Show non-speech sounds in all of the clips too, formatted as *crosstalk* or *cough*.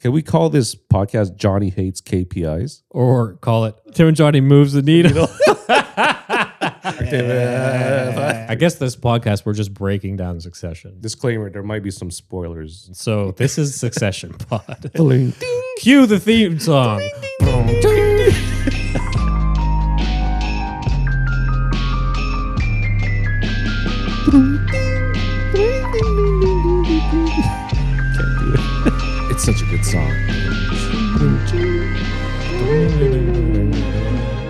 Can we call this podcast Johnny Hates KPIs? Or call it Tim and Johnny moves the *laughs* needle. I guess this podcast we're just breaking down Succession. Disclaimer there might be some spoilers. *laughs* So this is Succession Pod. *laughs* Cue the theme song. *laughs* It's such a good song.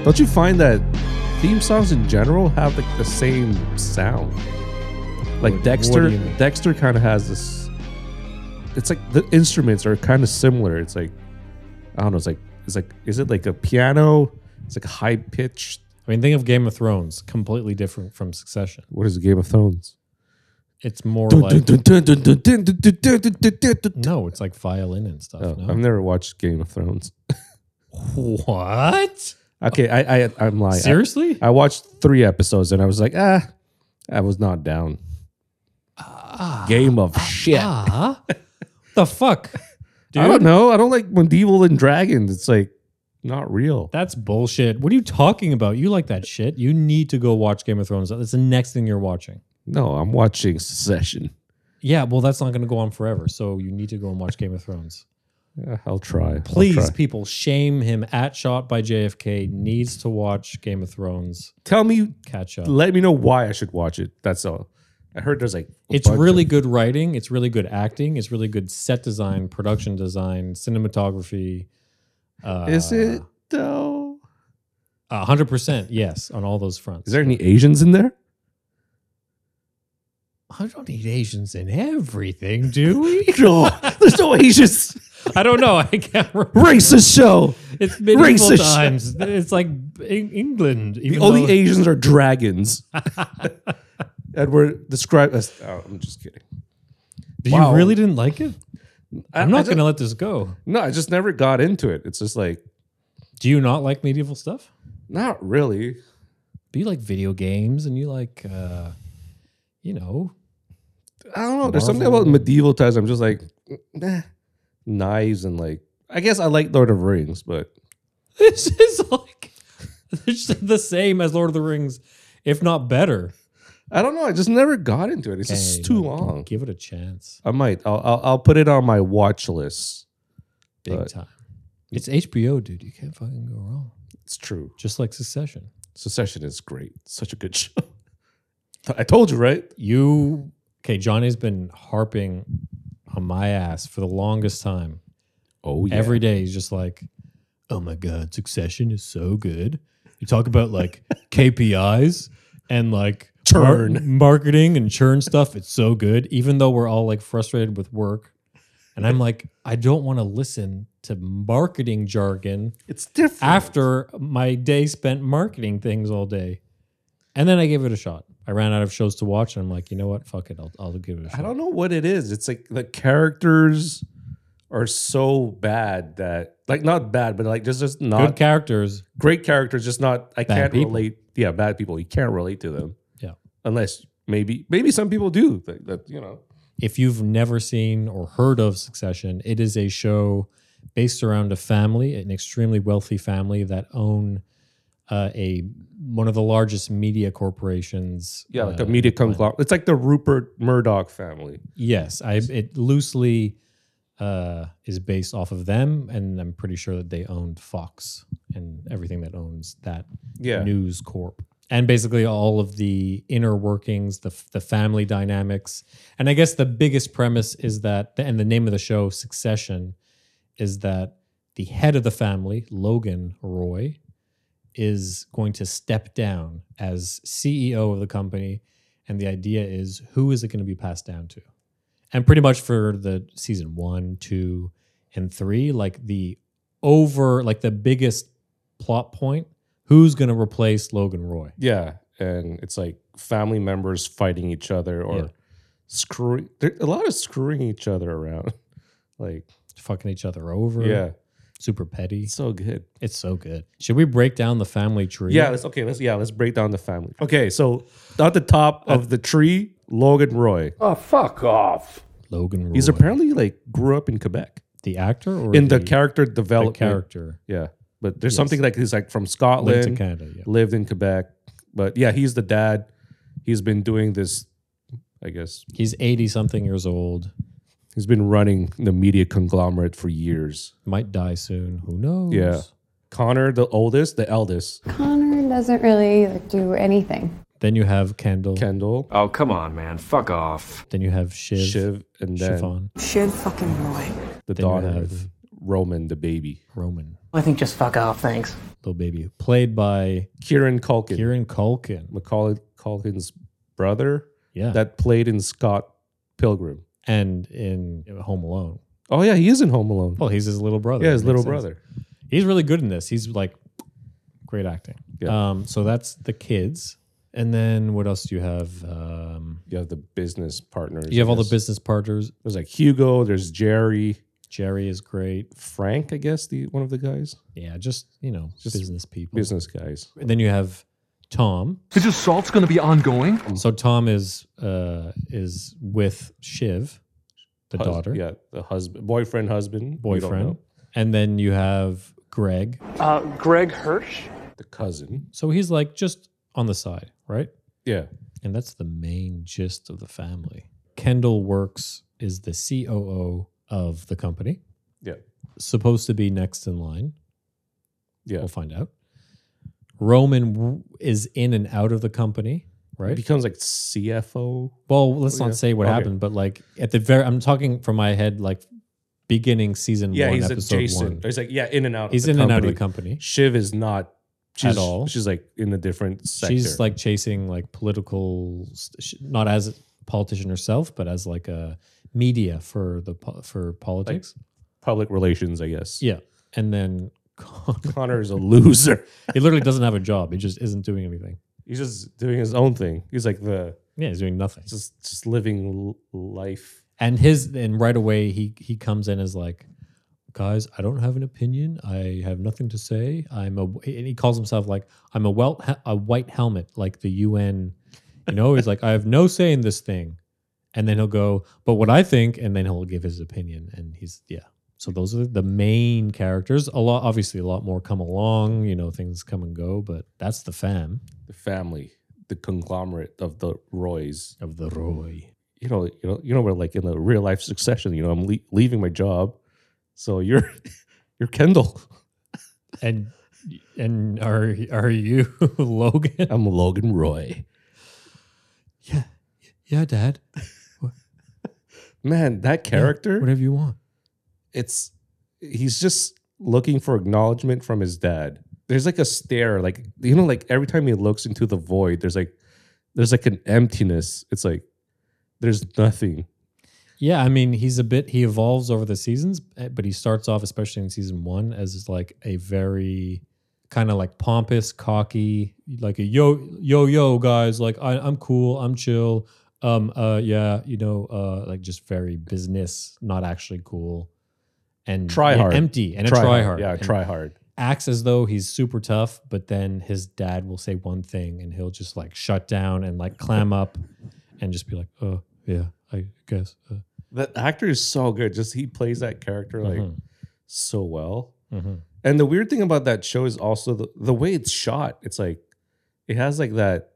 Don't you find that theme songs in general have like the same sound? Like What- what Dexter, do you mean? Dexter kind of has this. It's like the instruments are kind of similar. It's like I don't know. It's like it's like is it like a piano? It's like a high pitched. I mean, think of Game of Thrones, completely different from Succession. What is Game of Thrones? It's more Dun, like dun, dun, dun, dun, dun, dun, dun, dun, dun, dun, dun. no, it's like violin and stuff. Oh, no? I've never watched Game of Thrones. *laughs* what? Okay, I, I I'm lying. I- Seriously? I watched three episodes and I was like, ah, I was not down. Game of shit. Ah, the fuck, *laughs* dude. I don't know. I don't like medieval and dragons. It's like not real. That's bullshit. What are you talking about? You like that shit? You need to go watch Game of Thrones. That's the next thing you're watching. No, I'm watching Succession. Yeah, well, that's not going to go on forever. So you need to go and watch Game of Thrones. Yeah, I'll try. *laughs* I'll Please, try. people, shame him at shot by JFK. Needs to watch Game of Thrones. tell me. Catch up. Let me know why I should watch it. That's all. I heard there's like a It's bunch really of- good writing. It's really good acting. It's really good set design, production design, cinematography. Uh, is it though? a hundred percent? Yes, on all those fronts. Is there any Asians in there? I don't need Asians in everything, do we? *laughs* *laughs* No, there's no Asians. I don't know. I *laughs* can't remember. Racist show. It's medieval Racist. times. It's like Eng- England. The Even only though- Asians are *laughs* dragons. Edward, describe us. Oh, I'm just kidding. Wow. You really didn't like it? I- I'm I not just- going to let this go. No, I just never got into it. It's just like Do you not like medieval stuff? not really. Do you like video games and you like, uh, you know, *laughs* I don't know. There's something Marvel. about medieval times. I'm just like eh, knives and like. I guess I like Lord of Rings, but this is like it's the same as Lord of the Rings, if not better. I don't know. I just never got into it. It's Hey, just too long. Give it a chance, I might. I'll, I'll. I'll put it on my watch list. big But- time. It's HBO, dude. You can't fucking go wrong. It's true. Just like Succession. Succession is great. Such a good show. *laughs* I told you, right? you okay johnny's been harping on my ass for the longest time Oh yeah. every day he's just like oh my god succession is so good you talk *laughs* about like kpis and like mar- Churn. marketing and churn stuff it's so good even though we're all like frustrated with work and i'm like i don't want to listen to marketing jargon it's different. after my day spent marketing things all day. And then I gave it a shot. I ran out of shows to watch, and I'm like, you know what? Fuck it. I'll, I'll give it a shot. I don't know what it is. It's like the characters are so bad that like not bad, but like there's just Good not characters. great characters. Just not. I Bad can't people. relate. Yeah, bad people. You can't relate to them. Yeah. unless maybe maybe some people do. That, that, you know. If you've never seen or heard of Succession, it is a show based around a family, an extremely wealthy family that own uh, a one of the largest media corporations. Yeah, like uh, a media planet. conglomerate. It's like the Rupert Murdoch family. Yes, I it loosely uh, is based off of them, and I'm pretty sure that they owned Fox and everything that owns that Yeah, news corp, and basically all of the inner workings, the f- the family dynamics, and I guess the biggest premise is that, and the name of the show, Succession, is that the head of the family, Logan Roy, is going to step down as CEO of the company. And the idea is who is it going to be passed down to? And pretty much for the season one, two, and three, like the over, like the biggest plot point, who's going to replace Logan Roy? yeah, and it's like family members fighting each other or Yeah. screwing. There, a lot of screwing each other around. *laughs* Like Fucking each other over. yeah, Super petty. it's so good. It's so good. Should we break down the family tree? Yeah, let's okay. Let's yeah, let's break down the family. Okay, so at the top of the tree, Logan Roy. Oh, fuck off. Logan Roy. He's apparently like grew up in Quebec. the actor or in the, the, character the development. character Yeah, but there's Yes. something like he's like from linked to Scotland, Canada. Yeah. lived in Quebec, but yeah, he's the dad. He's been doing this. I guess He's eighty something years old. he's been running the media conglomerate for years. Might die soon. Who knows? Yeah. Connor, the oldest, the eldest, Connor doesn't really like, do anything. Then you have Kendall. Kendall, Oh, come on, man. Fuck off. then you have Shiv. Shiv, and then Chiffon. Should fucking Roy. the Then you daughter, have- of Roman, the baby, Roman. I think just fuck off, thanks. Little baby. Played by Kieran Culkin, Kieran Culkin. Macaulay Culkin's brother Yeah. that played in Scott Pilgrim. and in Home Alone. Oh yeah, he is in Home Alone. Well, he's his little brother. yeah, his Makes little sense. brother. He's really good in this. He's like great acting. Yeah. Um, so that's the kids. And then what else do you have? Um, You have the business partners. you have I all the guess. business partners. There's like Hugo. There's Jerry, Jerry is great. Frank. I guess the one of the guys, Yeah, just you know, Just business people. business guys. And then you have Tom. Is assault's going to be ongoing? Mm-hmm. So Tom is uh is with Shiv, the Hus- daughter, Yeah, the husband, boyfriend, husband, you don't boyfriend. know. And then you have Greg. Uh, Greg Hirsch? the cousin. So he's like just on the side, right? Yeah, And that's the main gist of the family. Kendall Works is the COO of the company. Yeah. Supposed to be next in line. yeah. We'll find out. Roman w- is in and out of the company, He right? becomes like CFO. Well, let's Yeah. not say what Okay. happened, but like at the very, I'm talking from my head, like beginning season Yeah, one, he's episode adjacent. one. He's like yeah, in and out. of He's the in and out of company. the company. Shiv is not she's, all. She's like in a different sector. She's like chasing like political, st- sh- not as a politician herself, but as like a media for the po- for politics. public relations, I guess. yeah, and then *laughs* Connor, Connor is a loser. he literally doesn't have a job. He just isn't doing anything. He's just doing his own thing. He's like the Yeah, he's doing nothing. just just living l- life. and his and right away he he comes in as like guys i don't have an opinion i have nothing to say i'm a and he calls himself like i'm a well a white helmet like the un you know he's like i have no say in this thing and then he'll go but what i think and then he'll give his opinion and he's yeah so those are the main characters a lot obviously a lot more come along you know things come and go but that's the fam the family, the conglomerate of the Roys. of the roy You know, you know, you know, we're like in a real life succession. You know, I'm le- leaving my job, so you're *laughs* you're Kendall. and and are are you *laughs* logan I'm Logan Roy. Yeah, yeah, Dad. Man, that character, whatever you want. it's he's just looking for acknowledgement from his dad. There's like a stare, like you know, like every time he looks into the void, there's like there's like an emptiness. It's like there's nothing. Yeah, I mean, he's a bit. He evolves over the seasons, eh, but he starts off, especially in season one, as like a very kind of like pompous, cocky, like a yo, yo, yo, guys. Like I, I'm cool, I'm chill. Um, uh, yeah, you know, uh, like just very business, not actually cool, and Try yeah, hard. empty, and a try hard. yeah, And try hard. acts as though he's super tough, but then his dad will say one thing and he'll just like shut down and like clam up and just be like, oh, yeah, I guess. Uh, That actor is so good. Just he plays that character like mhm, so well. mhm." And the weird thing about that show is also the, the way it's shot. It's like it has like that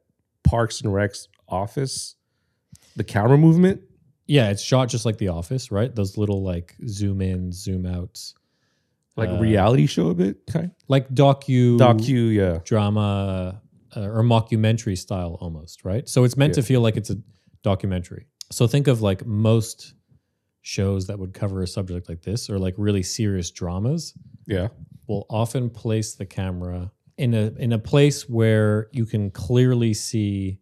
Parks and Rec's office, the camera movement. Yeah, it's shot just like The Office, right? Those little like zoom in, zoom outs, Like Uh, reality show a bit, kind like docu, docu, yeah, drama uh, or mockumentary style almost, right? So it's meant Yeah. to feel like it's a documentary. So think of like most shows that would cover a subject like this or like really serious dramas. yeah, will often place the camera in a in a place where you can clearly see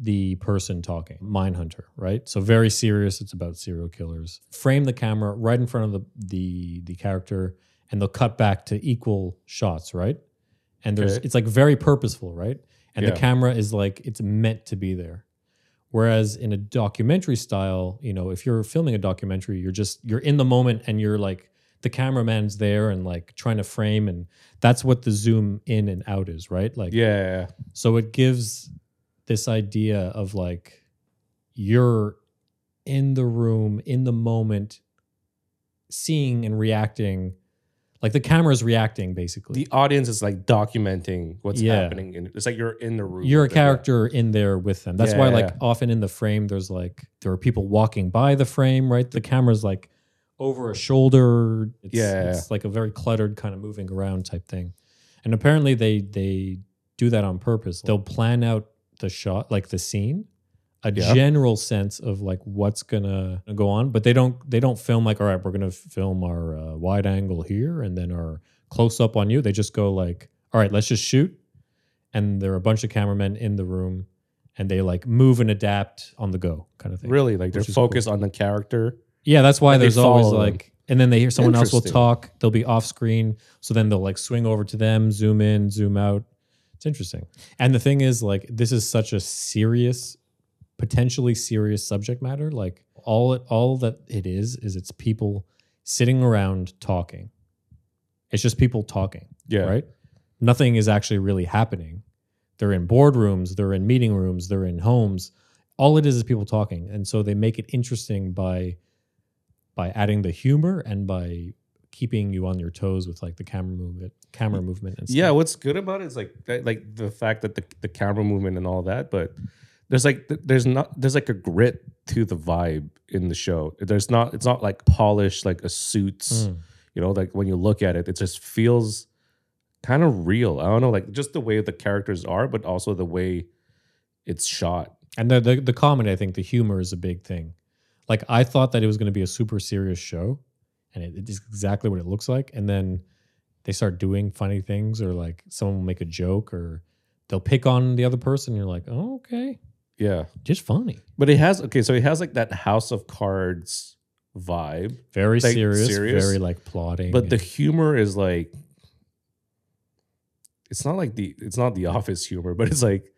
the person talking. Mindhunter, right? So very serious. It's about serial killers. Frame the camera right in front of the the the character, and they'll cut back to equal shots, right? And there's Okay. it's like very purposeful, right? And Yeah. the camera is like it's meant to be there. Whereas in a documentary style, you know, if you're filming a documentary, you're just you're in the moment and you're like the cameraman's there and like trying to frame and that's what the zoom in and out is, right? Like yeah. so it gives this idea of like you're in the room in the moment seeing and reacting, like the camera's reacting basically. The audience is like documenting what's Yeah. happening. In, it's like you're in the room. You're a with them. character in there with them. That's why, Yeah. like, often in the frame, there's like there are people walking by the frame, right? The camera's like over a shoulder. It's, Yeah. it's like a very cluttered kind of moving around type thing. And apparently, they they do that on purpose. They'll plan out the shot, like the scene, a Yeah. general sense of like what's gonna go on, but they don't they don't film like, all right, we're gonna film our uh, wide angle here and then our close up on you. They just go like, all right, let's just shoot and there are a bunch of cameramen in the room and they like move and adapt on the go kind of thing. Really, like they're Which is cool. focused on the character. Yeah, that's why Like, they there's always follow them. like and then they hear someone else will Interesting. talk, they'll be off screen, so then they'll like swing over to them, zoom in, zoom out. It's interesting. And the thing is like this is such a serious potentially serious subject matter like all it all that it is is it's people sitting around talking. It's just people talking Yeah. right? Nothing is actually really happening. They're in boardrooms, they're in meeting rooms, they're in homes. All it is is people talking, and so they make it interesting by by adding the humor and by keeping you on your toes with like the camera movement, camera movement, and stuff. Yeah, what's good about it is like that- like the fact that the, the camera movement and all that, but there's like th- there's not there's like a grit to the vibe in the show. There's not it's not like polished like a suits, Mm. you know, like when you look at it, it just feels kind of real. I don't know, like just the way the characters are, but also the way it's shot. And the, the the comedy, I think the humor is a big thing. Like I thought that it was going to be a super serious show, and it, it is exactly what it looks like. And then they start doing funny things, or like someone will make a joke, or they'll pick on the other person. You're like, oh, okay, Yeah. just funny, But it has okay, so it has like that House of Cards vibe, very Like, serious, serious? very like plotting. but the and- humor is like it's not like the it's not the *laughs* office humor, but it's like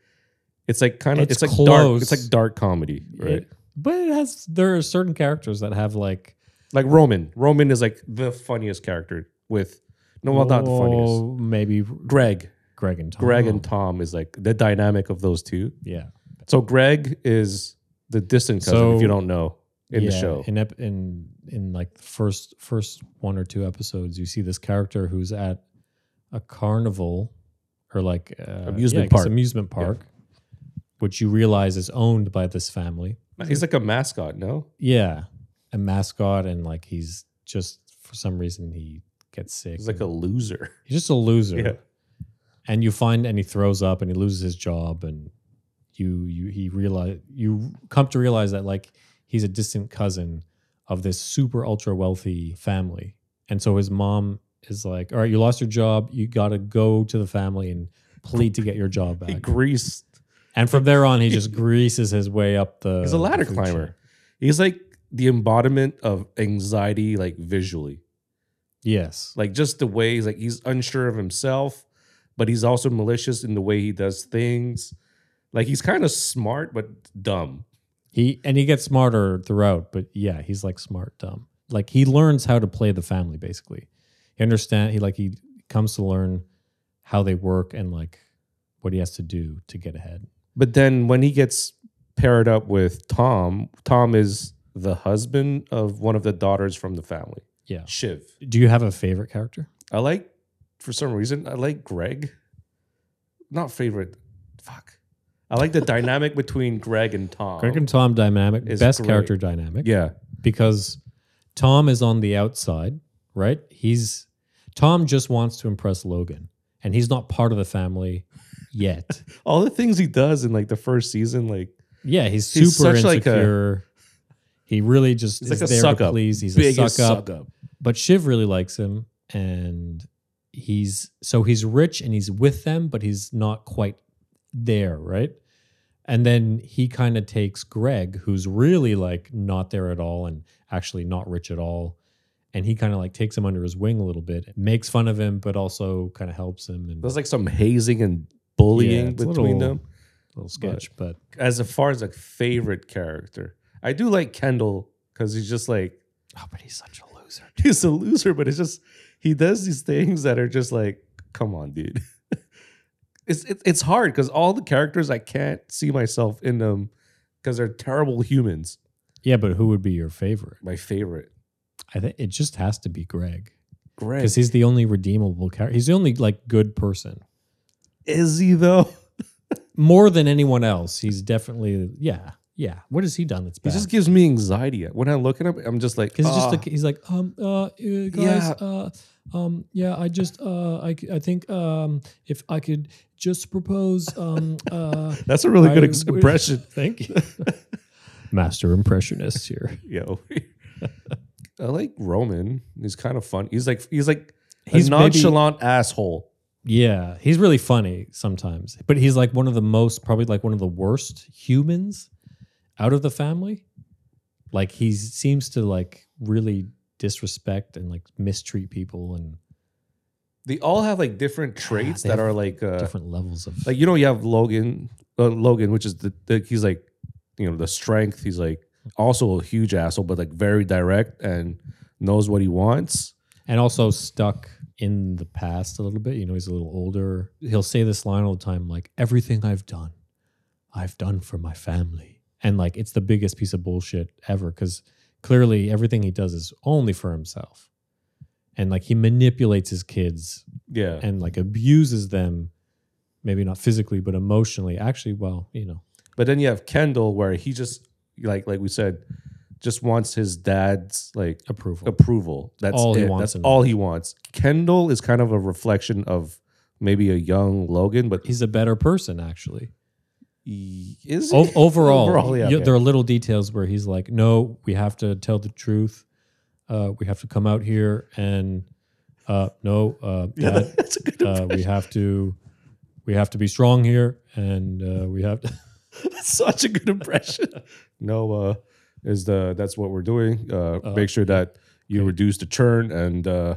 it's like kind of It's it's, like dark close. it's like dark comedy, right? it- but it has there are certain characters that have like like Roman. Roman is like the funniest character with no well not the funniest. oh, maybe Greg. Greg and Tom. Greg and Tom is like the dynamic of those two. yeah. So Greg is the distant cousin, So- if you don't know, in the Yeah, show. In ep- in in like the first first one or two episodes, you see this character who's at a carnival or like uh, Amusement yeah, I guess park. amusement park, which you realize is owned by this family. He's like a mascot, no? Yeah, a mascot, and like he's just for some reason he gets sick. He's like a and loser. he's just a loser. Yeah. And you find and he throws up and he loses his job and you you he realize you come to realize that like he's a distant cousin of this super ultra wealthy family. And so his mom is like, "All right, you lost your job. You got to go to the family and plead to get your *laughs* job He back." greased and from there on, he just greases his way up the He's a ladder the food climber. chain. He's like the embodiment of anxiety, like visually, Yes. like just the way he's like he's unsure of himself, but he's also malicious in the way he does things. Like he's kind of smart but dumb. He and he gets smarter throughout, but yeah, he's like smart dumb. Like he learns how to play the family basically. He understand he like he comes to learn how they work and like what he has to do to get ahead. But then when he gets paired up with Tom, Tom is the husband of one of the daughters from the family, Yeah. Shiv. Do you have a favorite character? I like, for some reason, I like Greg. Not favorite. Fuck. I like the dynamic between Greg and Tom. Greg and Tom dynamic, Is best great. character dynamic. yeah. Because Tom is on the outside, right? He's Tom just wants to impress Logan and he's not part of the family yet. all the things he does in like the first season, like Yeah, he's super He's such, like, a- insecure. he really just He's is like a there suck to up. please. He's a suck biggest up. suck up. But Shiv really likes him, and he's so he's rich and he's with them, but he's not quite there, right? And then he kind of takes Greg, who's really like not there at all and actually not rich at all. And he kind of like takes him under his wing a little bit, makes fun of him, but also kind of helps him and There's like some hazing and bullying Yeah, it's a between little- them. little sketch. But As far as like favorite character, I do like Kendall because he's just like oh, but he's such a loser. *laughs* he's a loser, but it's just he does these things that are just like, come on, dude. *laughs* it's it, it's hard because all the characters I can't see myself in them because they're terrible humans. Yeah, but who would be your favorite? My favorite. I think it just has to be Greg Greg because he's the only redeemable character. He's the only like good person. is he though? More than anyone else, he's definitely yeah yeah. What has he done that's He bad? just gives me anxiety when I look at him. I'm just like, Because he's just "Ah." like he's like um uh, uh guys Yeah. uh um yeah I just uh I c- I think um if I could just propose um uh that's a *laughs* really good I ex- would- *laughs* impression. Thank you, master impressionist here. Yo, I like Roman. He's kind of fun. He's like he's like He's a maybe- nonchalant asshole. Yeah, he's really funny sometimes, but he's like one of the most, probably like one of the worst humans out of the family. Like he seems to like really disrespect and like mistreat people and They all have like different traits Ah, they that have are like uh, different levels of like you know you have Logan, uh, Logan, which is the, the he's like you know the strength. He's like also a huge asshole, but like very direct and knows what he wants. and also stuck in the past a little bit. You know, he's a little older. He'll say this line all the time, like everything I've done, I've done for my family, and like it's the biggest piece of bullshit ever because clearly everything he does is only for himself, and like he manipulates his kids Yeah, and like abuses them, maybe not physically but emotionally. Actually, well, you know, but then you have Kendall, where he just like like we said, just wants his dad's like approval. approval. That's All he it. wants in That's all he wants. Kendall is kind of a reflection of maybe a young Logan, but He's a better person, actually. he is he? *laughs* O- overall, Overall, yeah, you- okay. there are little details where he's like, "No, we have to tell the truth. Uh, we have to come out here and uh, no, *laughs* uh, Dad, that's a good. *laughs* uh, we have to, we have to be strong here, and uh, we have to." *laughs* that's such a good impression. no, uh, is the that's what we're doing. Uh, make sure that you okay. reduce the churn and uh,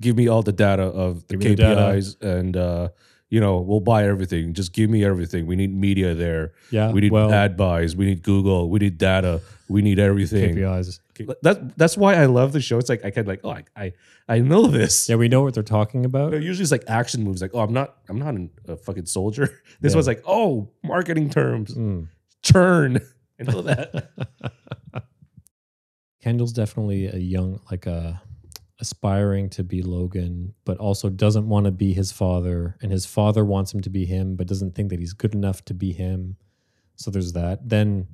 give me all the data of the Give me the data. KPIs and. Uh, you know, we'll buy everything. Just give me everything. We need media there. Yeah, We need well, ad buys. We need Google. We need data. We need everything. KPIs. That that's why I love the show. It's like I can like oh I I, I know this. Yeah, we know what they're talking You about. know, usually it's like action moves. Like oh I'm not I'm not an- a fucking soldier. *laughs* This Yeah. one's like oh marketing terms Mm. churn. I know that. *laughs* Kendall's definitely a young, like a aspiring to be Logan, but also doesn't want to be his father, and his father wants him to be him, but doesn't think that he's good enough to be him. So there's that. Then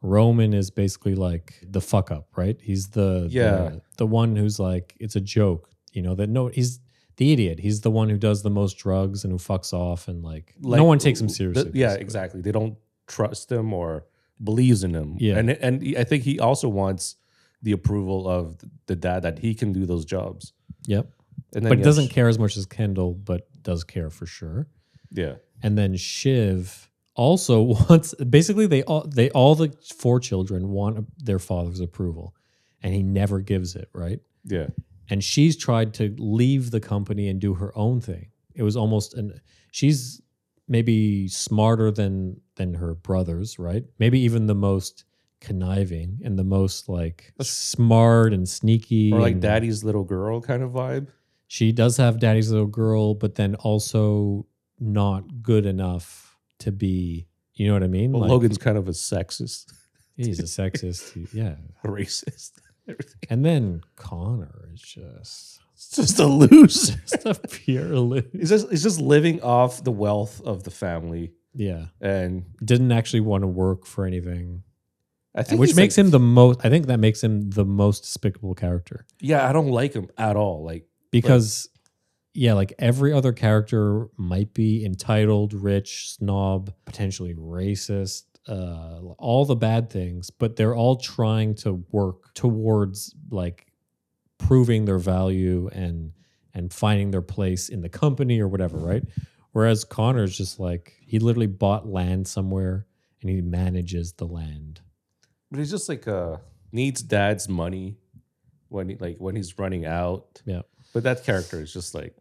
Roman is basically like the fuck up, right? He's the Yeah. the, the one who's like it's a joke, you know that no he's the idiot. He's the one who does the most drugs and who fucks off and like, Like, *laughs* no one takes him the- seriously. yeah, basically. exactly. They don't trust him or believes in him. Yeah. and and he- I think he also wants the approval of the dad that he can do those jobs. Yep. And then But yeah, doesn't care as much as Kendall, but does care for sure. Yeah, and then Shiv also *laughs* wants basically they all they all the four children want their father's approval and he never gives it right yeah. and she's tried to leave the company and do her own thing it was almost an she's maybe smarter than than her brothers right maybe even the most conniving and the most like smart and sneaky Or like and- daddy's little girl kind of vibe. she does have daddy's little girl, but then also not good enough to be. You know what I mean? Well, Like, Logan's kind of a sexist, *laughs* he's a sexist. he- yeah, a racist. *laughs* Everything. and then Connor is just *laughs* It's just a loser. just a pure loser. It's just it's just living off the wealth of the family, Yeah, and didn't actually want to work for anything, I think which he's, makes like, him the most. I think that makes him the most despicable character Yeah, I don't like him at all. Like because. yeah, like every other character might be entitled, rich, snob, potentially racist, uh, all the bad things, but they're all trying to work towards like proving their value and and finding their place in the company or whatever, right? Whereas Connor's just like he literally bought land somewhere and he manages the land. but he's just like uh needs dad's money when he, like when he's running out. Yeah. But that character is just like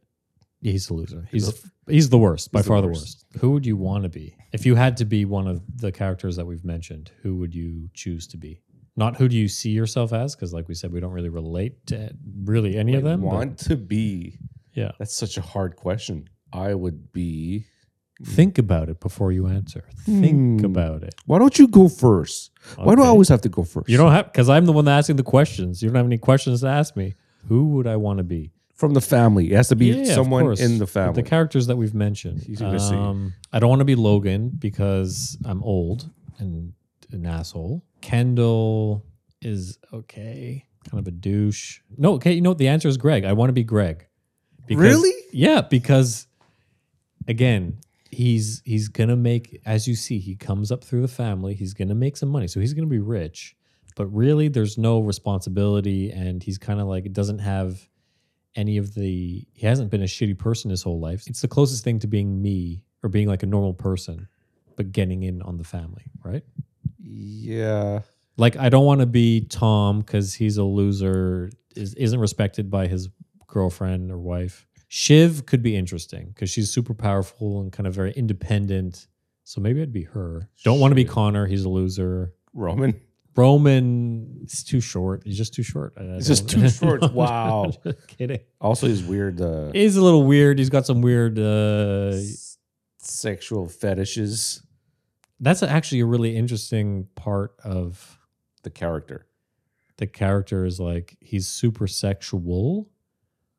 He's a loser. He's He's he's the worst by he's the far. The worst. worst. Who would you want to be if you had to be one of the characters that we've mentioned? Who would you choose to be? Not who do you see yourself as? Because like we said, we don't really relate to really any of I them. but- want to be. yeah. That's such a hard question. I would be Think about it before you answer. Think Hmm. about it. Why don't you go first? Why do I Okay. always have to go first? You don't have because I'm the one that's asking the questions. You don't have any questions to ask me. Who would I want to be? from the family. It has to be Yeah, of someone course. in the With family. The characters that we've mentioned. um, Easy to see. I don't want to be Logan because I'm old and an asshole. Kendall is okay, kind of a douche. No, okay, you know what? The answer is Greg. I want to be Greg. Really? Yeah, because again, he's he's gonna make as you see, he comes up through the family. He's gonna make some money, so he's gonna be rich. But really, there's no responsibility, and he's kind of like doesn't have any of the. He hasn't been a shitty person his whole life. It's the closest thing to being me or being like a normal person, but getting in on the family, right? yeah. Like I don't want to be Tom because he's a loser, is, isn't respected by his girlfriend or wife. Shiv could be interesting because she's super powerful and kind of very independent. So maybe I'd be her. Don't want to be Connor. He's a loser. Roman. *laughs* Roman is too short. He's just too short. It's just *laughs* too short. Wow. kidding. Also, he's weird uh, He's a little weird. He's got some weird. Uh, sexual fetishes. that's actually a really interesting part of The character. the character is like he's super sexual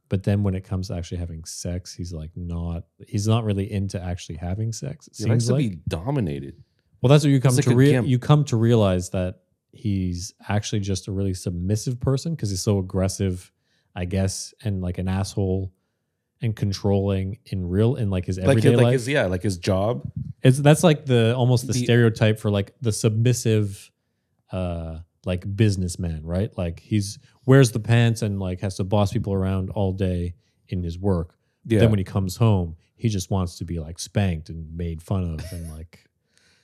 but then when it comes to actually having sex he's like not he's not really into actually having sex it He likes seems like to be dominated. well that's what you come He's to like a rea- gimp. you come to realize that he's actually just a really submissive person because he's so aggressive i guess and like an asshole and controlling in real in like his Like, everyday his, like life his yeah, like his job. it's that's like the almost the, The- stereotype for like the submissive uh like businessman, right? Like he's wears the pants and like has to boss people around all day in his work. Yeah. Then when he comes home, he just wants to be like spanked and made fun of and *laughs* like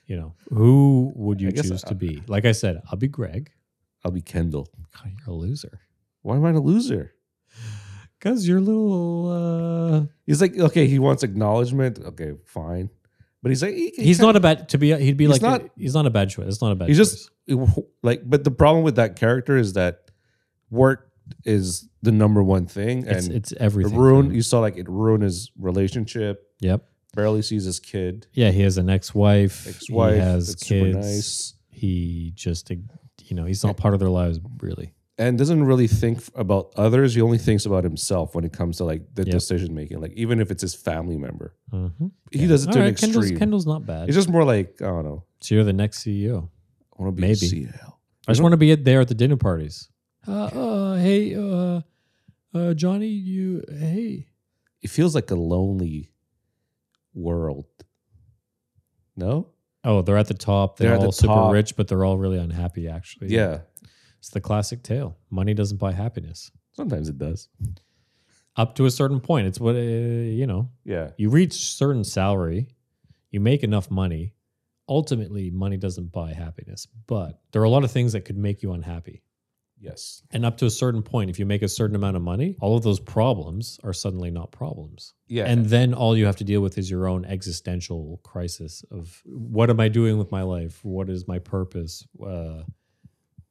you know, who would you I guess choose I- to be? Like I said, I'll be Greg. I'll be Kendall. God, you're a loser. Why am I a loser? Cuz you're a little uh He's like, okay, he wants acknowledgement. Okay, fine. But he's like, he- he he's kinda- not a bad to be he'd be He's like not- he's not a bad choice. It's not a bad He's choice. just like, but the problem with that character is that work is the number one thing, it's, and it's it everything. to ruined. him. You saw like it ruined his relationship. Yep. Barely sees his kid, Yeah, he has an ex-wife. ex-wife. He has that's kids. super nice, He just, you know, he's not part of their lives really. and doesn't really think f- about others. He only thinks about himself when it comes to like the Yep. decision making. Like even if it's his family member, Mm-hmm. he does it to an extreme. Kendall's, Kendall's not bad. it's just more like I don't know. so you're the next E CEO. I want to be Maybe. Maybe. CL. I just want to be at- there at the dinner parties. Uh, uh, hey, uh, uh, Johnny, you, hey. It feels like a lonely world. No. Oh, they're at the top. They're, They're at the all super top. rich, but they're all really unhappy, actually. Yeah. It's the classic tale. Money doesn't buy happiness. Sometimes it does. Up to a certain point. It's what, uh, you know, Yeah. you reach certain salary, you make enough money. Ultimately, money doesn't buy happiness, but there are a lot of things that could make you unhappy. Yes. And up to a certain point, if you make a certain amount of money, all of those problems are suddenly not problems. Yeah. And then all you have to deal with is your own existential crisis of what am I doing with my life? What is my purpose? Uh,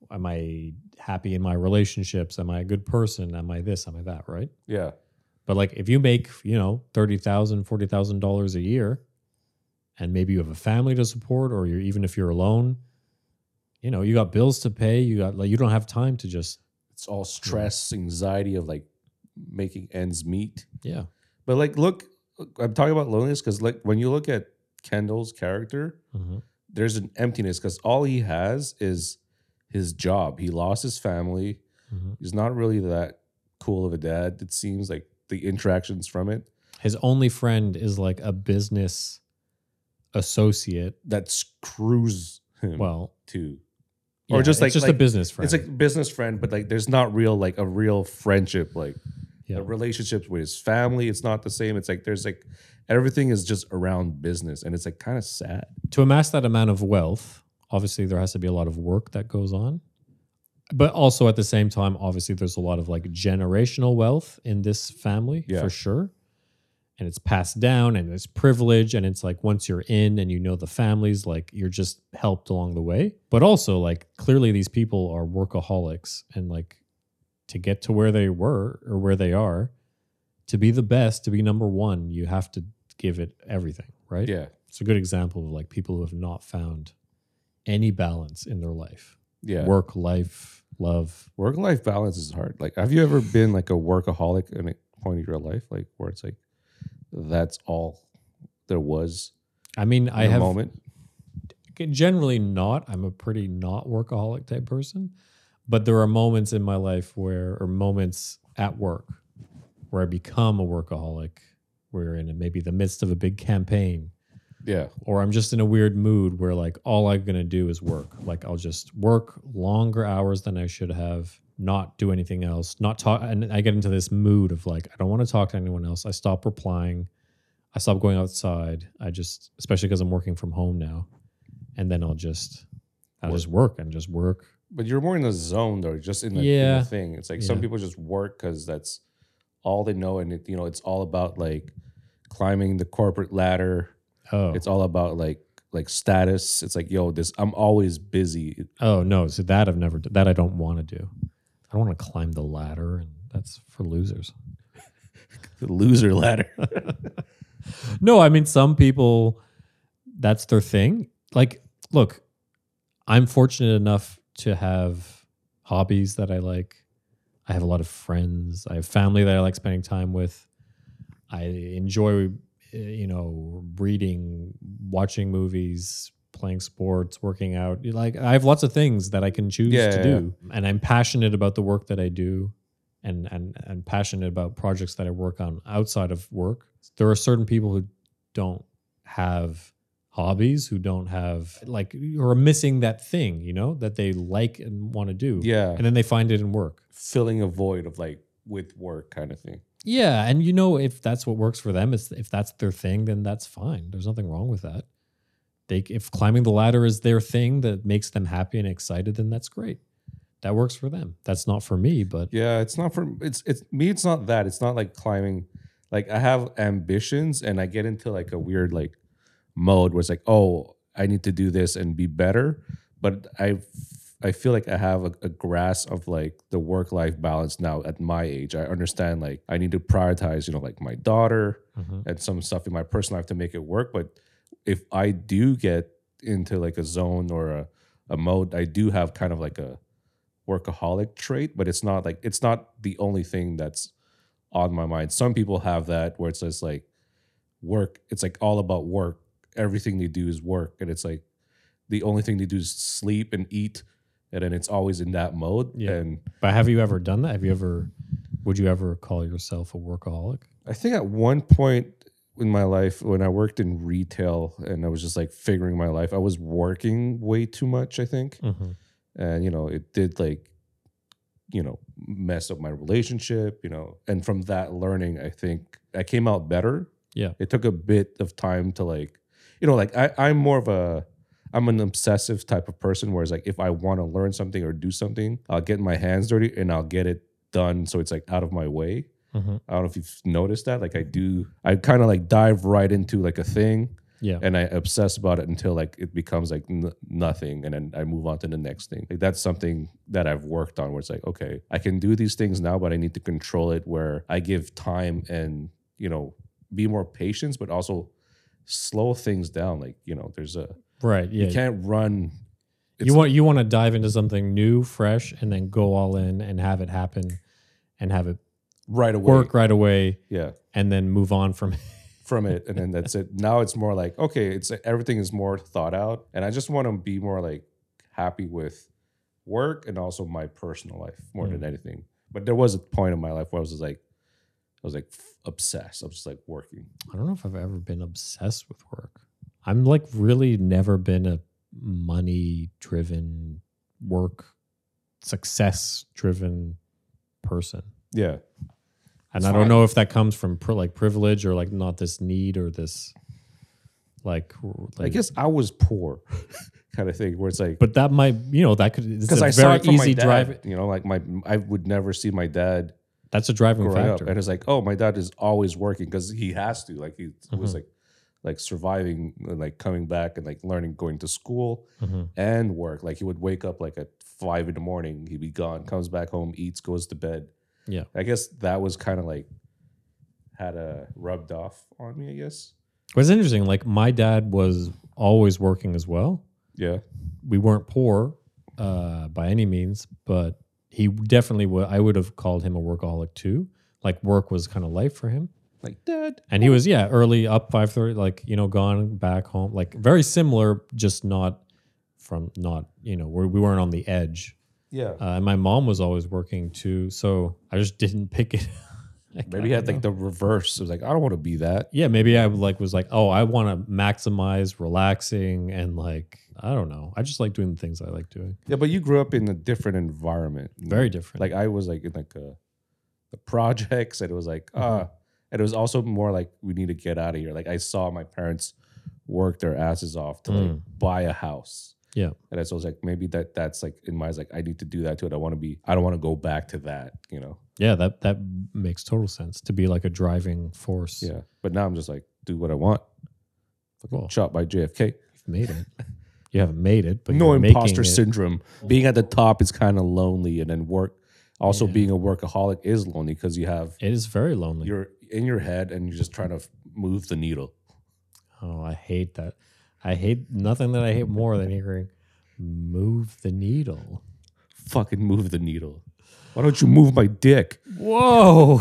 am I happy in my relationships? Am I a good person? Am I this? Am I that? Right? yeah. But like if you make, you know, $30,000, $40,000 a year and maybe you have a family to support or you're even if you're alone, you know, you got bills to pay, you got like you don't have time to just It's all stress, anxiety of like making ends meet. yeah. But like, look, I'm talking about loneliness because like when you look at Kendall's character, there's an emptiness because all he has is his job. He lost his family. Mhm. He's not really that cool of a dad. It seems like the interactions from it. His only friend is like a business associate. that screws him Well, too. yeah, Or just it's like- just a like- business friend. It's like business friend, but like there's not real like a real friendship, like yeah. the relationships with his family. It's not the same. It's like there's like everything is just around business, and it's like kind of sad. to amass that amount of wealth, obviously there has to be a lot of work that goes on. But also at the same time, obviously there's a lot of like generational wealth in this family Yeah. for sure. And it's passed down and it's privilege. And it's like once you're in and you know the families, like you're just helped along the way. But also, like clearly these people are workaholics and like to get to where they were or where they are, to be the best, to be number one, you have to give it everything, right? Yeah. It's a good example of like people who have not found any balance in their life. Yeah. Work, life, love. Work life balance is hard. Like, have you ever been like a workaholic at a point in your life, like where it's like that's all there was I mean, in I a have moment? generally not. I'm a pretty not workaholic type person, but there are moments in my life where, or moments at work, where I become a workaholic. We're in maybe the midst of a big campaign, Yeah. or I'm just in a weird mood where like all I'm gonna do is work. Like I'll just work longer hours than I should have, not do anything else, not talk. And I get into this mood of like I don't want to talk to anyone else. I stop replying. I stop going outside. I just, especially because I'm working from home now, and then I'll just, I will just work and just work. But you're more in the zone though, just in the, in the Yeah. thing. It's like some Yeah. people just work because that's all they know. And it, you know, it's all about like climbing the corporate ladder. Oh, It's all about like, like status. It's like, yo, this, I'm always busy. oh no. So that I've never that I don't want to do. I don't want to climb the ladder, and that's for losers. The *laughs* loser ladder. *laughs* No, I mean some people that's their thing. Like look, I'm fortunate enough to have hobbies that I like. I have a lot of friends. I have family that I like spending time with. I enjoy eh, you know reading, watching movies, playing sports, working out. Like I have lots of things that I can choose Yeah, to yeah, do. And I'm passionate about the work that I do and and and passionate about projects that I work on outside of work. There are certain people who don't have hobbies, who don't have like who are missing that thing, you know, that they like and want to do. yeah. And then they find it in work. Filling a void of like with work kind of thing. Yeah, and you know if that's what works for them, it's if that's their thing, then that's fine. There's nothing wrong with that. They if climbing the ladder is their thing that makes them happy and excited, then that's great. That works for them. That's not for me, but Yeah, it's not for it's it's me. It's not that. It's not like climbing. Like I have ambitions, and I get into like a weird like mode where it's like, oh, I need to do this and be better. But I I feel like I have a, a grasp of like the work life balance now at my age. I understand like I need to prioritize, you know, like my daughter Mhm. and some stuff in my personal life to make it work. But if I do get into like a zone or a, a mode, I do have kind of like a workaholic trait, but it's not like it's not the only thing that's on my mind. Some people have that where it's just like work, it's like all about work. Everything they do is work. And it's like the only thing they do is sleep and eat. And then it's always in that mode. Yeah. And But have you ever done that? Have you ever? Would you ever call yourself a workaholic? I think at one point in my life when I worked in retail and I was just like figuring my life, I was working way too much, I think. Mm-hmm. And you know, it did like you know, mess up my relationship, you know. And from that learning, I think I came out better. Yeah. It took a bit of time to like you know, like I I'm more of a I'm an obsessive type of person whereas like if I want to learn something or do something, I'll get my hands dirty and I'll get it done so it's like out of my way. I don't know if you've noticed that. Like I do, I kind of like dive right into like a thing Yeah, and I obsess about it until like it becomes like n- nothing, and then I move on to the next thing. Like that's something that I've worked on, where it's like, okay, I can do these things now, but I need to control it. Where I give time and you know be more patient, but also slow things down. Like you know, there's a right. Yeah, you can't run. you want you want to dive into something new, fresh, and then go all in and have it happen, and have it right away. work right away, Yeah. and then move on from. from it and then that's it now it's more like okay it's everything is more thought out and i just want to be more like happy with work and also my personal life more than Mm. anything but there was a point in my life where i was just like i was like f- obsessed i was just like working *laughs* I don't know if I've ever been obsessed with work. I'm like really never been a money driven, work success driven person. yeah and It's I don't fine. know if that comes from pri- like privilege or like not this need or this like, i like- guess i was poor kind of thing where it's like but that might you know that could it's because a i saw very it from easy my dad, drive. you know like my i would never see my dad That's a driving growing up, factor. and it's like, oh, my dad is always working because he has to. Like he Mm-hmm. was like, like surviving, and, like coming back and like learning, going to school Mhm. and work. Like he would wake up like at five in the morning, he'd be gone, comes back home, eats, goes to bed. Yeah. I guess that was kind of like had a rubbed off uh, on me. I guess What's interesting, like my dad was always working as well. Yeah. We weren't poor uh, by any means, but he definitely would. I would have called him a workaholic too. Like work was kind of life for him, Like dad. and he was yeah early up five thirty, like you know gone back home, like very similar, just not from not you know we we weren't on the edge. Yeah. Uh, and my mom was always working too, so I just didn't *laughs* pick it. Like, Maybe he I had don't like know. the reverse. It was like, I don't want to be that. yeah maybe I like was like oh I want to maximize relaxing and like I don't know I just like doing the things I like doing. Yeah, but you grew up in a different environment. you know? Very different. Like I was like in like a, the projects, and it was like Mm-hmm. ah, and it was also more like we need to get out of here. Like I saw my parents work their asses off to like Mm. buy a house. Yeah. and so I was like, maybe that that's like in my eyes, like I need to do that too. I want to be. I don't want to go back to that. You know. yeah that that makes total sense to be like a driving force. Yeah, but now I'm just like do what I want. Well, Shot by JFK. you've made it. You haven't made it, but no you're making imposter it. syndrome. Being at the top is kind of lonely, and then work. Also, Yeah. being a workaholic is lonely because you have It is very lonely. you're in your head and you're just trying to f- move the needle. oh, I hate that. I hate nothing that I hate more than hearing move the needle. Fucking move the needle. Why don't you move my dick? Whoa.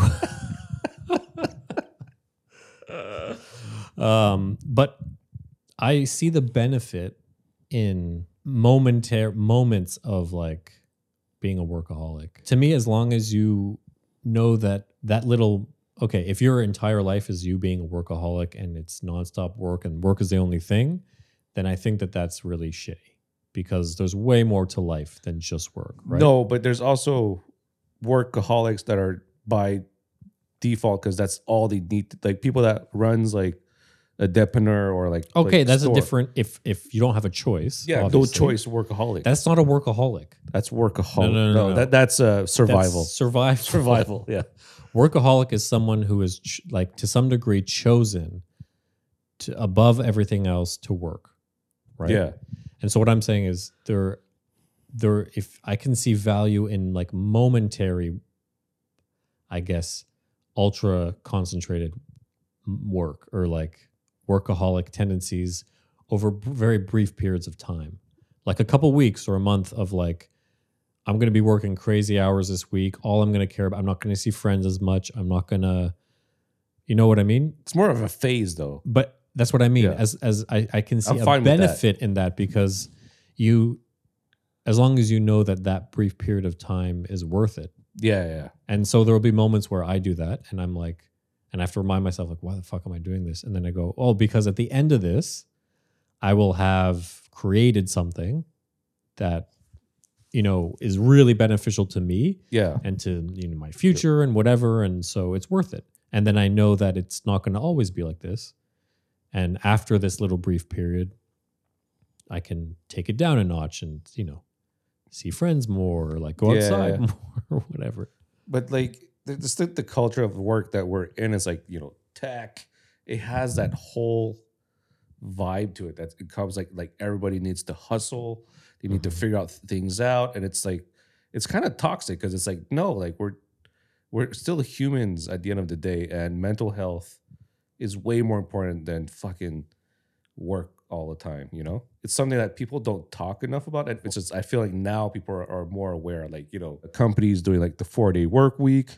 um, but I see the benefit in momentary moments of like being a workaholic. To me, as long as you know that that little okay, if your entire life is you being a workaholic and it's nonstop work and work is the only thing, then I think that that's really shitty because there's way more to life than just work, right? No, but there's also workaholics that are by default because that's all they need. like people that runs like a depiner or like Okay, like that's store. a different. If if you don't have a choice, Yeah, obviously. no choice workaholic. That's, That's not a workaholic. workaholic. No, No, no, no, no, no. That, that's uh, survival. That's survival. *laughs* survival. *laughs* Yeah. Workaholic is someone who is ch- like to some degree chosen to above everything else to work, right? Yeah. And so what I'm saying is there, there. If I can see value in like momentary, I guess, ultra concentrated m- work or like workaholic tendencies over b- very brief periods of time, like a couple weeks or a month of like, I'm going to be working crazy hours this week. All I'm going to care about. I'm not going to see friends as much. I'm not going to, you know what I mean? It's more of a phase though. but that's what I mean. Yeah. As as I, I can see I'm a fine with that. benefit in that because you, as long as you know that that brief period of time is worth it, Yeah, yeah. and so there will be moments where I do that, and I'm like, and I have to remind myself like, why the fuck am I doing this? And then I go, oh, because at the end of this, I will have created something that, you know, is really beneficial to me, Yeah. and to you know my future and whatever and so it's worth it and then i know that it's not going to always be like this and after this little brief period i can take it down a notch and you know see friends more or like go Yeah. outside *laughs* more or whatever but like the, the, sti- the culture of work that we're in is like you know tech it has that whole vibe to it that it comes like like everybody needs to hustle they need to figure out th- things out and it's like it's kind of toxic because it's like no like we're we're still humans at the end of the day and mental health is way more important than fucking work all the time you know it's something that people don't talk enough about and it's just i feel like now people are, are more aware like you know a company's doing like the four day work week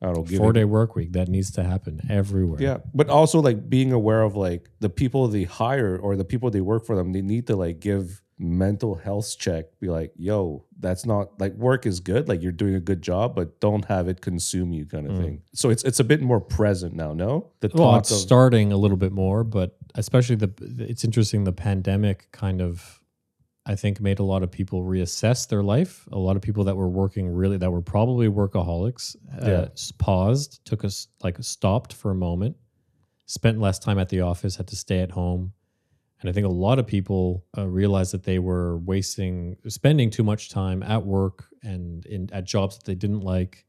i don't know giving- four day work week that needs to happen everywhere yeah but also like being aware of like the people they hire or the people they work for them they need to like give mental health check be like yo that's not like work is good like you're doing a good job but don't have it consume you kind of Mm. thing so it's it's a bit more present now no the well thoughts it's of starting a little bit more but especially the it's interesting the pandemic kind of i think made a lot of people reassess their life a lot of people that were working really that were probably workaholics Yeah. uh, s- paused took us like stopped for a moment spent less time at the office had to stay at home and i think a lot of people uh, realized that they were wasting spending too much time at work and in at jobs that they didn't like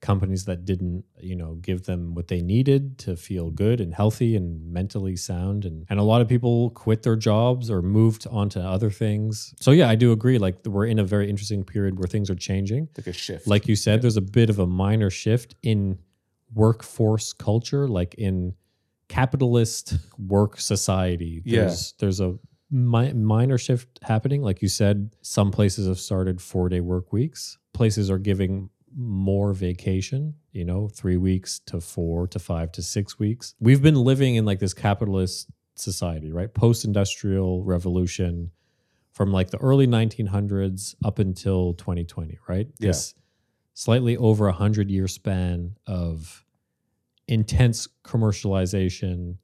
companies that didn't you know give them what they needed to feel good and healthy and mentally sound and, and a lot of people quit their jobs or moved on to other things so yeah i do agree like we're in a very interesting period where things are changing like a shift like you said there's a bit of a minor shift in workforce culture like in capitalist work society. Yeah. There's there's a mi- minor shift happening. Like you said, some places have started four day work weeks. Places are giving more vacation. You know, three weeks to four to five to six weeks. We've been living in like this capitalist society, right? Post industrial revolution from like the early 1900s up until 2020, right? Yeah. This slightly over a 100 year span of intense commercialization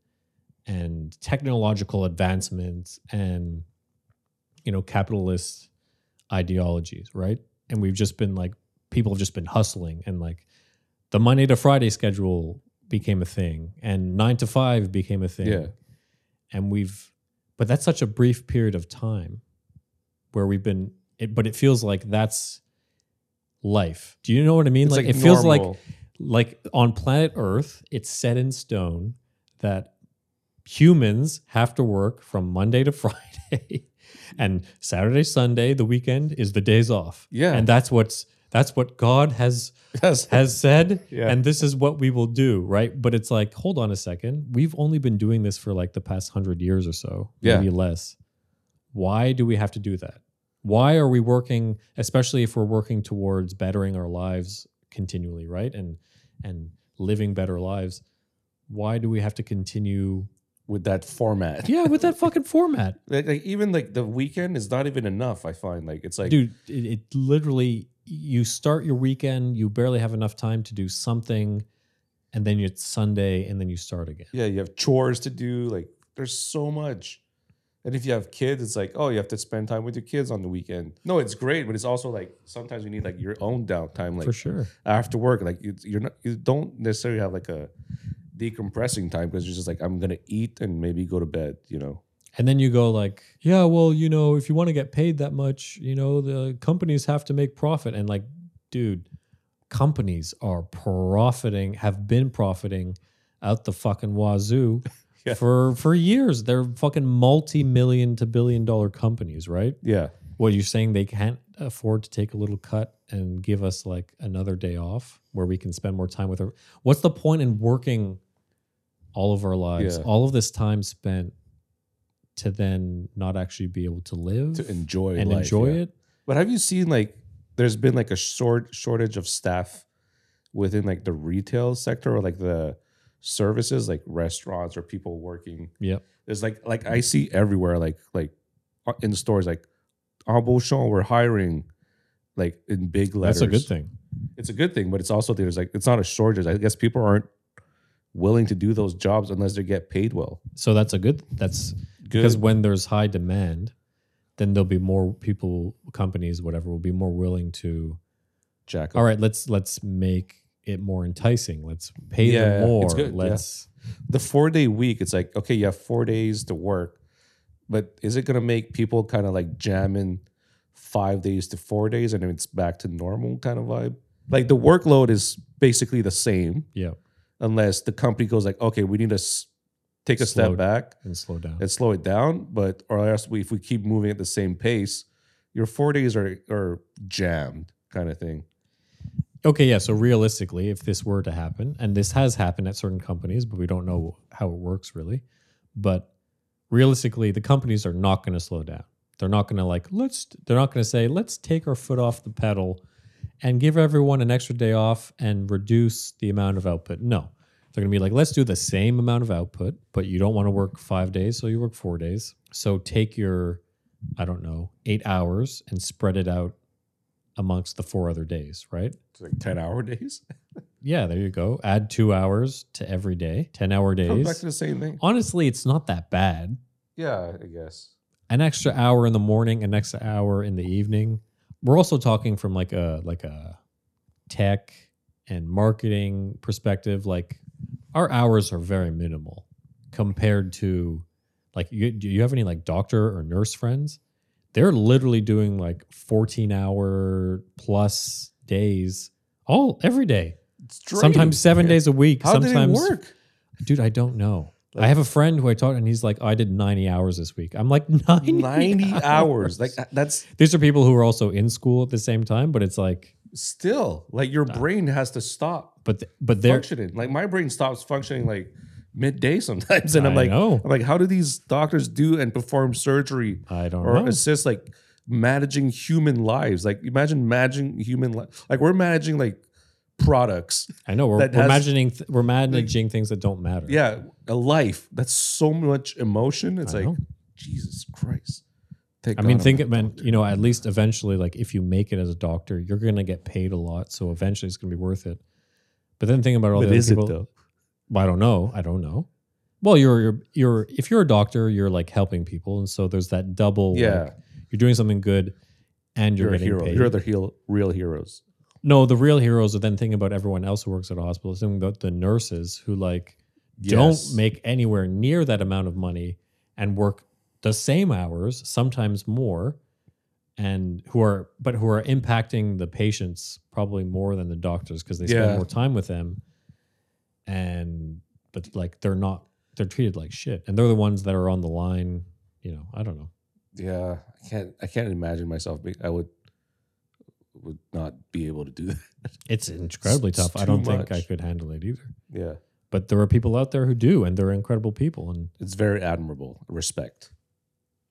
and technological advancements and you know capitalist ideologies, right? And we've just been like people have just been hustling and like the Monday to Friday schedule became a thing and 9 to 5 became a thing Yeah. and we've but that's such a brief period of time where we've been it, but it feels like that's life do you know what i mean It's like, like it feels like normal. *laughs* like on planet earth it's set in stone that humans have to work from monday to *laughs* friday and saturday sunday the weekend is the days off Yeah. and that's what's that's what god has Yes. has said, Yeah. and this is what we will do, right? But it's like, hold on a second. We've only been doing this for like the past hundred years or so, Yeah. maybe less. Why do we have to do that? Why are we working, especially if we're working towards bettering our lives continually, right? And and living better lives. Why do we have to continue? with that format. *laughs* Yeah, with that fucking format, Like, like, even like the weekend is not even enough. I find like it's like *laughs* dude. It, it literally, you start your weekend, you barely have enough time to do something, and then it's Sunday, and then you start again. yeah, you have chores to do. Like there's so much. And if you have kids, it's like, oh, you have to spend time with your kids on the weekend. No, it's great, but it's also like sometimes you need like your own downtime, like for sure. after work. Like you, you're not, you don't necessarily have like a decompressing time because you're just like, I'm gonna eat and maybe go to bed. You know? And then you go like, yeah, well, you know, if you want to get paid that much, you know, the companies have to make profit. And like, dude, companies are profiting, have been profiting out the fucking *laughs* wazoo Yeah. for for years. They're fucking multi-million to billion dollar companies, right? Yeah, What you're saying they can't afford to take a little cut and give us like another day off where we can spend more time with her. What's the point in working all of our lives, Yeah. all of this time spent to then not actually be able to live to enjoy and life, enjoy yeah. it? But have you seen like there's been like a short shortage of staff within like the retail sector or like the services like restaurants or people working Yep. there's like like I see everywhere like like uh, in stores like en Beauchamp we're hiring like in big letters That's a good thing. it's a good thing but it's also there's like it's not a shortage I guess people aren't willing to do those jobs unless they get paid well So that's a good that's because when there's high demand, then there'll be more people, companies, whatever, will be more willing to Jack all right, let's let's make it more enticing. Let's pay Yeah, them more. it's good, yeah. Let's the four day week, it's like, okay, you have four days to work, but is it going to make people kind of like jamming five days to four days and then it's back to normal kind of vibe? Like the workload is basically the same yeah. unless the company goes like, okay, we need to s- take a Slow- step back and slow down. and slow it down. But, or else we, if we keep moving at the same pace, your four days are, are jammed kind of thing. okay, yeah. So realistically, if this were to happen, and this has happened at certain companies, but we don't know how it works really. But realistically, the companies are not going to slow down. They're not going to like let's. They're not going to say let's take our foot off the pedal and give everyone an extra day off and reduce the amount of output. No, they're going to be like let's do the same amount of output, but you don't want to work five days, so you work four days. So take your, I don't know, eight hours and spread it out amongst the four other days, right? It's like 10 hour *laughs* days. Yeah, there you go. Add two hours to every day, 10 hour Comes back days. to the same thing. Honestly, it's not that bad. Yeah, I guess. An extra hour in the morning, an extra hour in the evening. We're also talking from like a like a tech and marketing perspective. Like our hours are very minimal compared to like you do you have any like doctor or nurse friends? They're literally doing like 14 hour plus days all every day. It's draining. Sometimes seven Yeah. days a week. How sometimes did it work? dude, I don't know. Like- I have a friend who I talked, and he's like, I did ninety hours this week. I'm like *laughs* ninety, *laughs* 90 hours. Like that- that's these are people who are also in school at the same time, but it's like, still like your brain has to stop but th- but they're functioning. Like my brain stops functioning like midday sometimes, and I'm I like, know. I'm like, how do these doctors do and perform surgery I don't or know. assist like managing human lives? Like, imagine managing human life. Like we're managing like products. I know we're, that we're has- imagining th- we're managing things that don't matter. Yeah, a life. That's so much emotion. It's I like know. Jesus Christ. Thank I mean, God I'm think not it a man. doctor. You know, at least eventually, like if you make it as a doctor, you're gonna get paid a lot. So eventually, it's gonna be worth it. But then think about all But the is other people. it though? Well, I don't know. I don't know. Well, you're you're you're if you're a doctor, you're like helping people, and so there's that double. like, Yeah. you're doing something good, and you're, You're a getting hero. paid. You're the heel, real heroes. no, the real heroes are then thinking about everyone else who works at a hospital, thinking about the nurses who like Yes. don't make anywhere near that amount of money and work the same hours, sometimes more, and who are but who are impacting the patients probably more than the doctors because they spend Yeah. more time with them. And but like they're not they're treated like shit. And they're the ones that are on the line, you know, I don't know. Yeah, I can't. I can't imagine myself. Be, I would would not be able to do that. It's incredibly it's tough. I too don't think I much. could handle it either. Yeah, But there are people out there who do and they're incredible people and it's very admirable. Respect.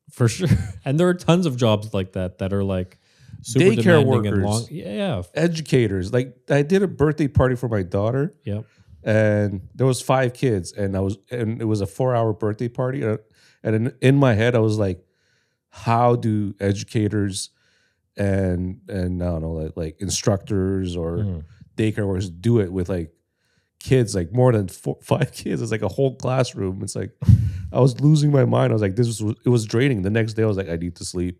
for sure. *laughs* And there are tons of jobs like that that are like super Daycare demanding workers. and long. Yeah, Educators. Like I did a birthday party for my daughter, Yep. and there was five kids, and I was, and it was a four hour birthday party, uh, and in, in my head I was like, how do educators and and I don't know like, like instructors or Mm. daycare workers do it with like kids, like more than four, *laughs* five kids. It's like a whole classroom. It's like I was losing my mind. I was like, this was it was draining. The next day, I was like, I need to sleep.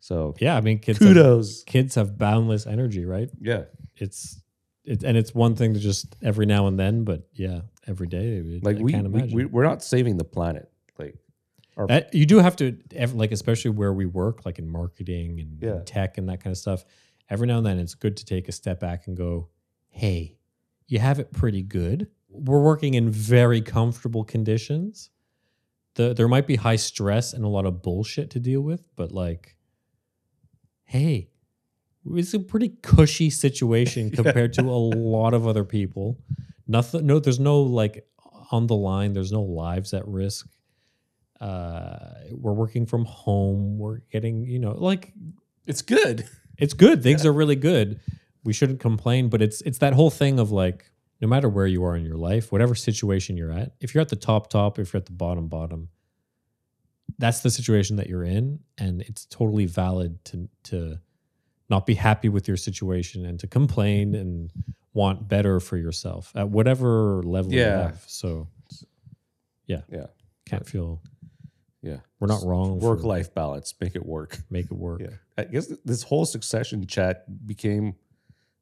So Yeah, I mean kids have, kudos. kids have boundless energy, right? Yeah, It's it, and it's one thing to just every now and then, but yeah, every day. like I we, can't we imagine. we- we're not saving the planet. Like That- you do have to ev- like especially where we work like in marketing and Yeah. tech and that kind of stuff. Every now and then it's good to take a step back and go, "Hey, you have it pretty good. We're working in very comfortable conditions. The, there might be high stress and a lot of bullshit to deal with, but like hey, it's a pretty cushy situation compared to a lot of other people. Nothing, no, there's no like on the line, there's no lives at risk. Uh, we're working from home, we're getting, you know, like it's good. it's good. Things are really good. We shouldn't complain, but it's it's that whole thing of like no matter where you are in your life, whatever situation you're at, if you're at the top top, if you're at the bottom bottom, that's the situation that you're in and it's totally valid to to not be happy with your situation and to complain and want better for yourself at whatever level you Yeah. have. So yeah. Yeah. Can't feel Yeah, we're not wrong. for- Work life balance. Make it work. Make it work. Yeah, I guess th- this whole succession chat became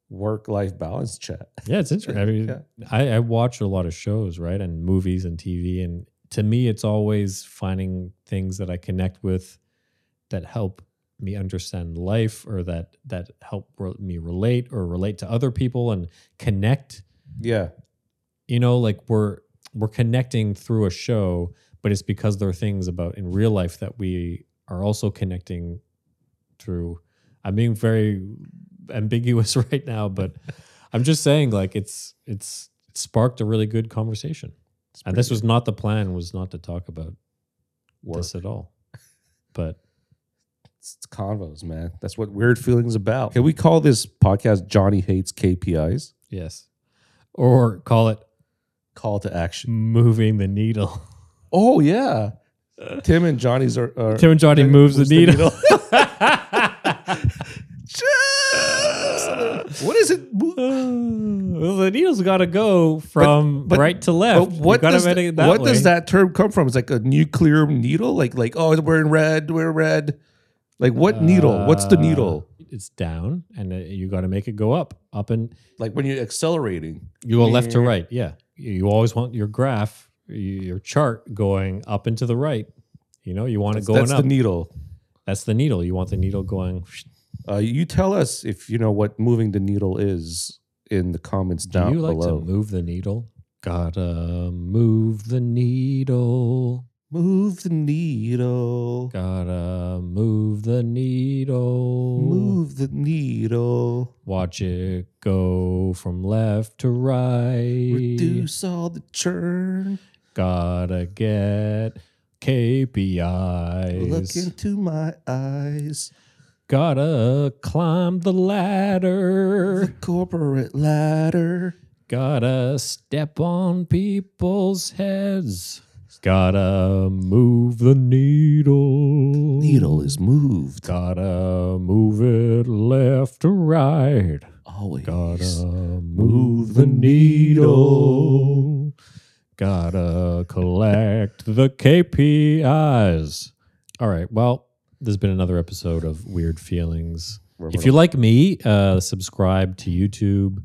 work life balance chat. Yeah, it's interesting. I mean, I, I watch a lot of shows, right, and movies and TV, and to me, it's always finding things that I connect with that help me understand life, or that that help re- me relate or relate to other people and connect. Yeah, You know, like we're we're connecting through a show, but it's because there are things about in real life that we are also connecting through. I'm being very ambiguous *laughs* right *laughs* now, but I'm just saying like it's it's it sparked a really good conversation. It's And pretty this was not the plan was not to talk about good work. this *laughs* at all. But It's, it's convos, man. That's what weird feelings about. Can we call this podcast Johnny hates KPIs? yes. Or call it Call to action. moving the needle. Oh yeah, Tim and Johnny's are. are Tim and *laughs* Johnny Tim moves the moves the needle. *laughs* *laughs* what is it? well, the needle's got to go from but- right to *laughs* But left. You what gotta does, make th- it that what way. does that term come from? It's like a nuclear needle, like like oh we're in red, we're in red. Like what needle? What's the Uh, needle? It's down, and uh, you got to make it go up, up and Like when you're accelerating. You go left to right. Yeah. You- You always want your graph, y- your chart going up and to the right. You know, you want it going That's up. the needle. That's the needle. You want the needle going. Uh, you tell us if you know what moving the needle is in the comments Do down you like below. to move the needle? Gotta move the needle. Move the needle. Gotta move the needle. Move the needle. Watch it go from left to right. Reduce all the churn. Gotta get KPIs. Look into my eyes. Gotta climb the The ladder. corporate ladder. Gotta step on people's heads. Gotta move the needle. Needle is moved Gotta move it left to right. always. Gotta move the needle. Gotta collect the KPIs. All right. Well, there's been another episode of Weird Feelings. If you like me, uh, subscribe to YouTube,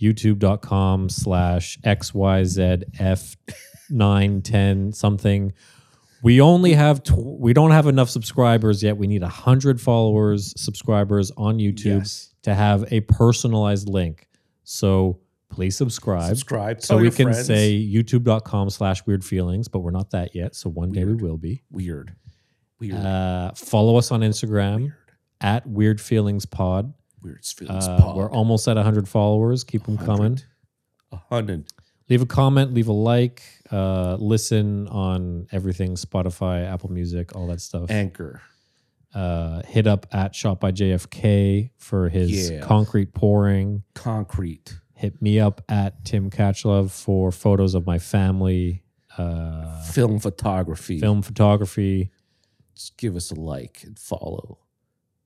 youtube.com slash XYZF910 something. We only have, tw- we don't have enough subscribers yet. We need 100 followers, subscribers on YouTube Yes. to have a personalized link. So please subscribe. subscribe, So tell we your can friends. say youtube.com slash weird feelings, but we're not that yet. So one day we will be. weird, weird, Uh, follow us on Instagram at Weird Feelings Pod. weird feelings. Uh, pod. We're almost at 100 followers. Keep them coming. a hundred. Leave a comment, leave a like, uh, listen on everything Spotify, Apple Music, all that stuff. Anchor. uh, hit up at Shop by JFK for his Yeah. concrete pouring. Concrete. Hit me up at Tim Katchlov for photos of my family, uh, Film photography. film photography. Just give us a like and follow.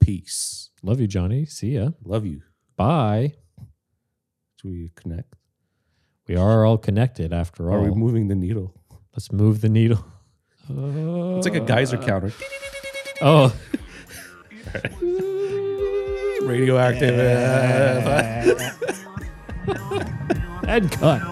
Peace. Love you, Johnny. See ya. Love you. Bye. Do we connect? We are all connected after all. Are we moving the needle? Let's move the needle. *laughs* It's like a geyser Uh, counter. *laughs* Oh. Radioactive. And cut.